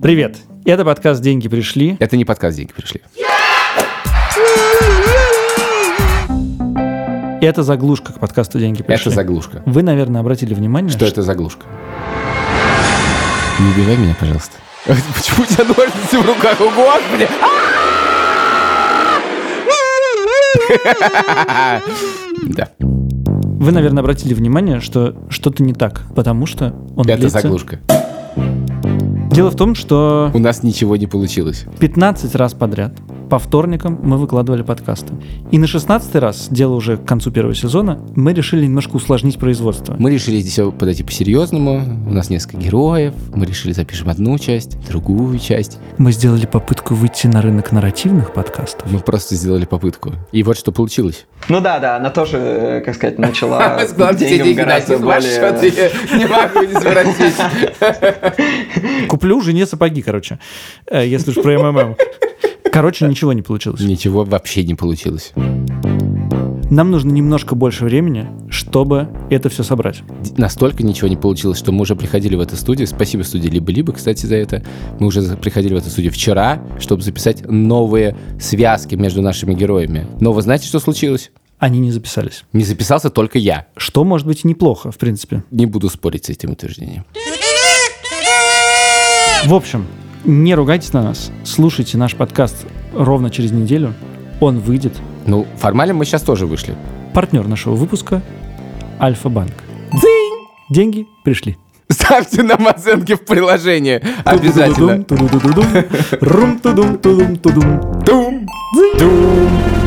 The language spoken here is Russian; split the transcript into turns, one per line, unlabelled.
Привет. Это подкаст «Деньги пришли».
Это не подкаст «Деньги пришли».
Это заглушка к подкасту «Деньги пришли».
Это заглушка.
Вы, наверное, обратили внимание,
Что это заглушка? Не убивай меня, пожалуйста. Почему у тебя ножницы в руках? О, господи! А! Да,
Вы, наверное, обратили внимание, что что-то не так, потому что он
это
длится-
заглушка.
Дело в том, что
У нас ничего не получилось.
15 раз подряд по вторникам мы выкладывали подкасты. И на 16 раз, дело уже к концу первого сезона, мы решили немножко усложнить производство.
Мы решили здесь всё подойти по-серьезному. У нас несколько героев. Мы решили запишем одну часть, другую часть.
Мы сделали попытку выйти на рынок нарративных подкастов.
Мы просто сделали попытку. И вот что получилось.
Ну да, да, она тоже, э, как сказать, начала
Мы с главным
деньгам
деньги
гораздо
дадим, ваш счет
более...
я не могу не заворотить.
Куплю жене сапоги, короче, Э, если уж про МММ. Короче, ничего не получилось.
Ничего вообще не получилось.
Нам нужно немножко больше времени, чтобы это все собрать.
Д- Настолько ничего не получилось, что мы уже приходили в эту студию. Спасибо студии Либо-Либо, кстати, за это. Мы уже за- приходили в эту студию вчера, чтобы записать новые связки между нашими героями. Но вы знаете, что случилось?
Они не записались.
Не записался только я.
Что может быть и неплохо, в принципе.
Не буду спорить с этим утверждением.
В общем, не ругайтесь на нас. Слушайте наш подкаст ровно через неделю. Он выйдет.
Ну, формально мы сейчас тоже вышли.
Партнер нашего выпуска – Альфа-банк. Деньги пришли.
Ставьте нам оценки в приложении. Обязательно.
Тудудудум, тудудудудум, рум-тудум-тудум-тудум.
Тум.
Дзынь.
Тум.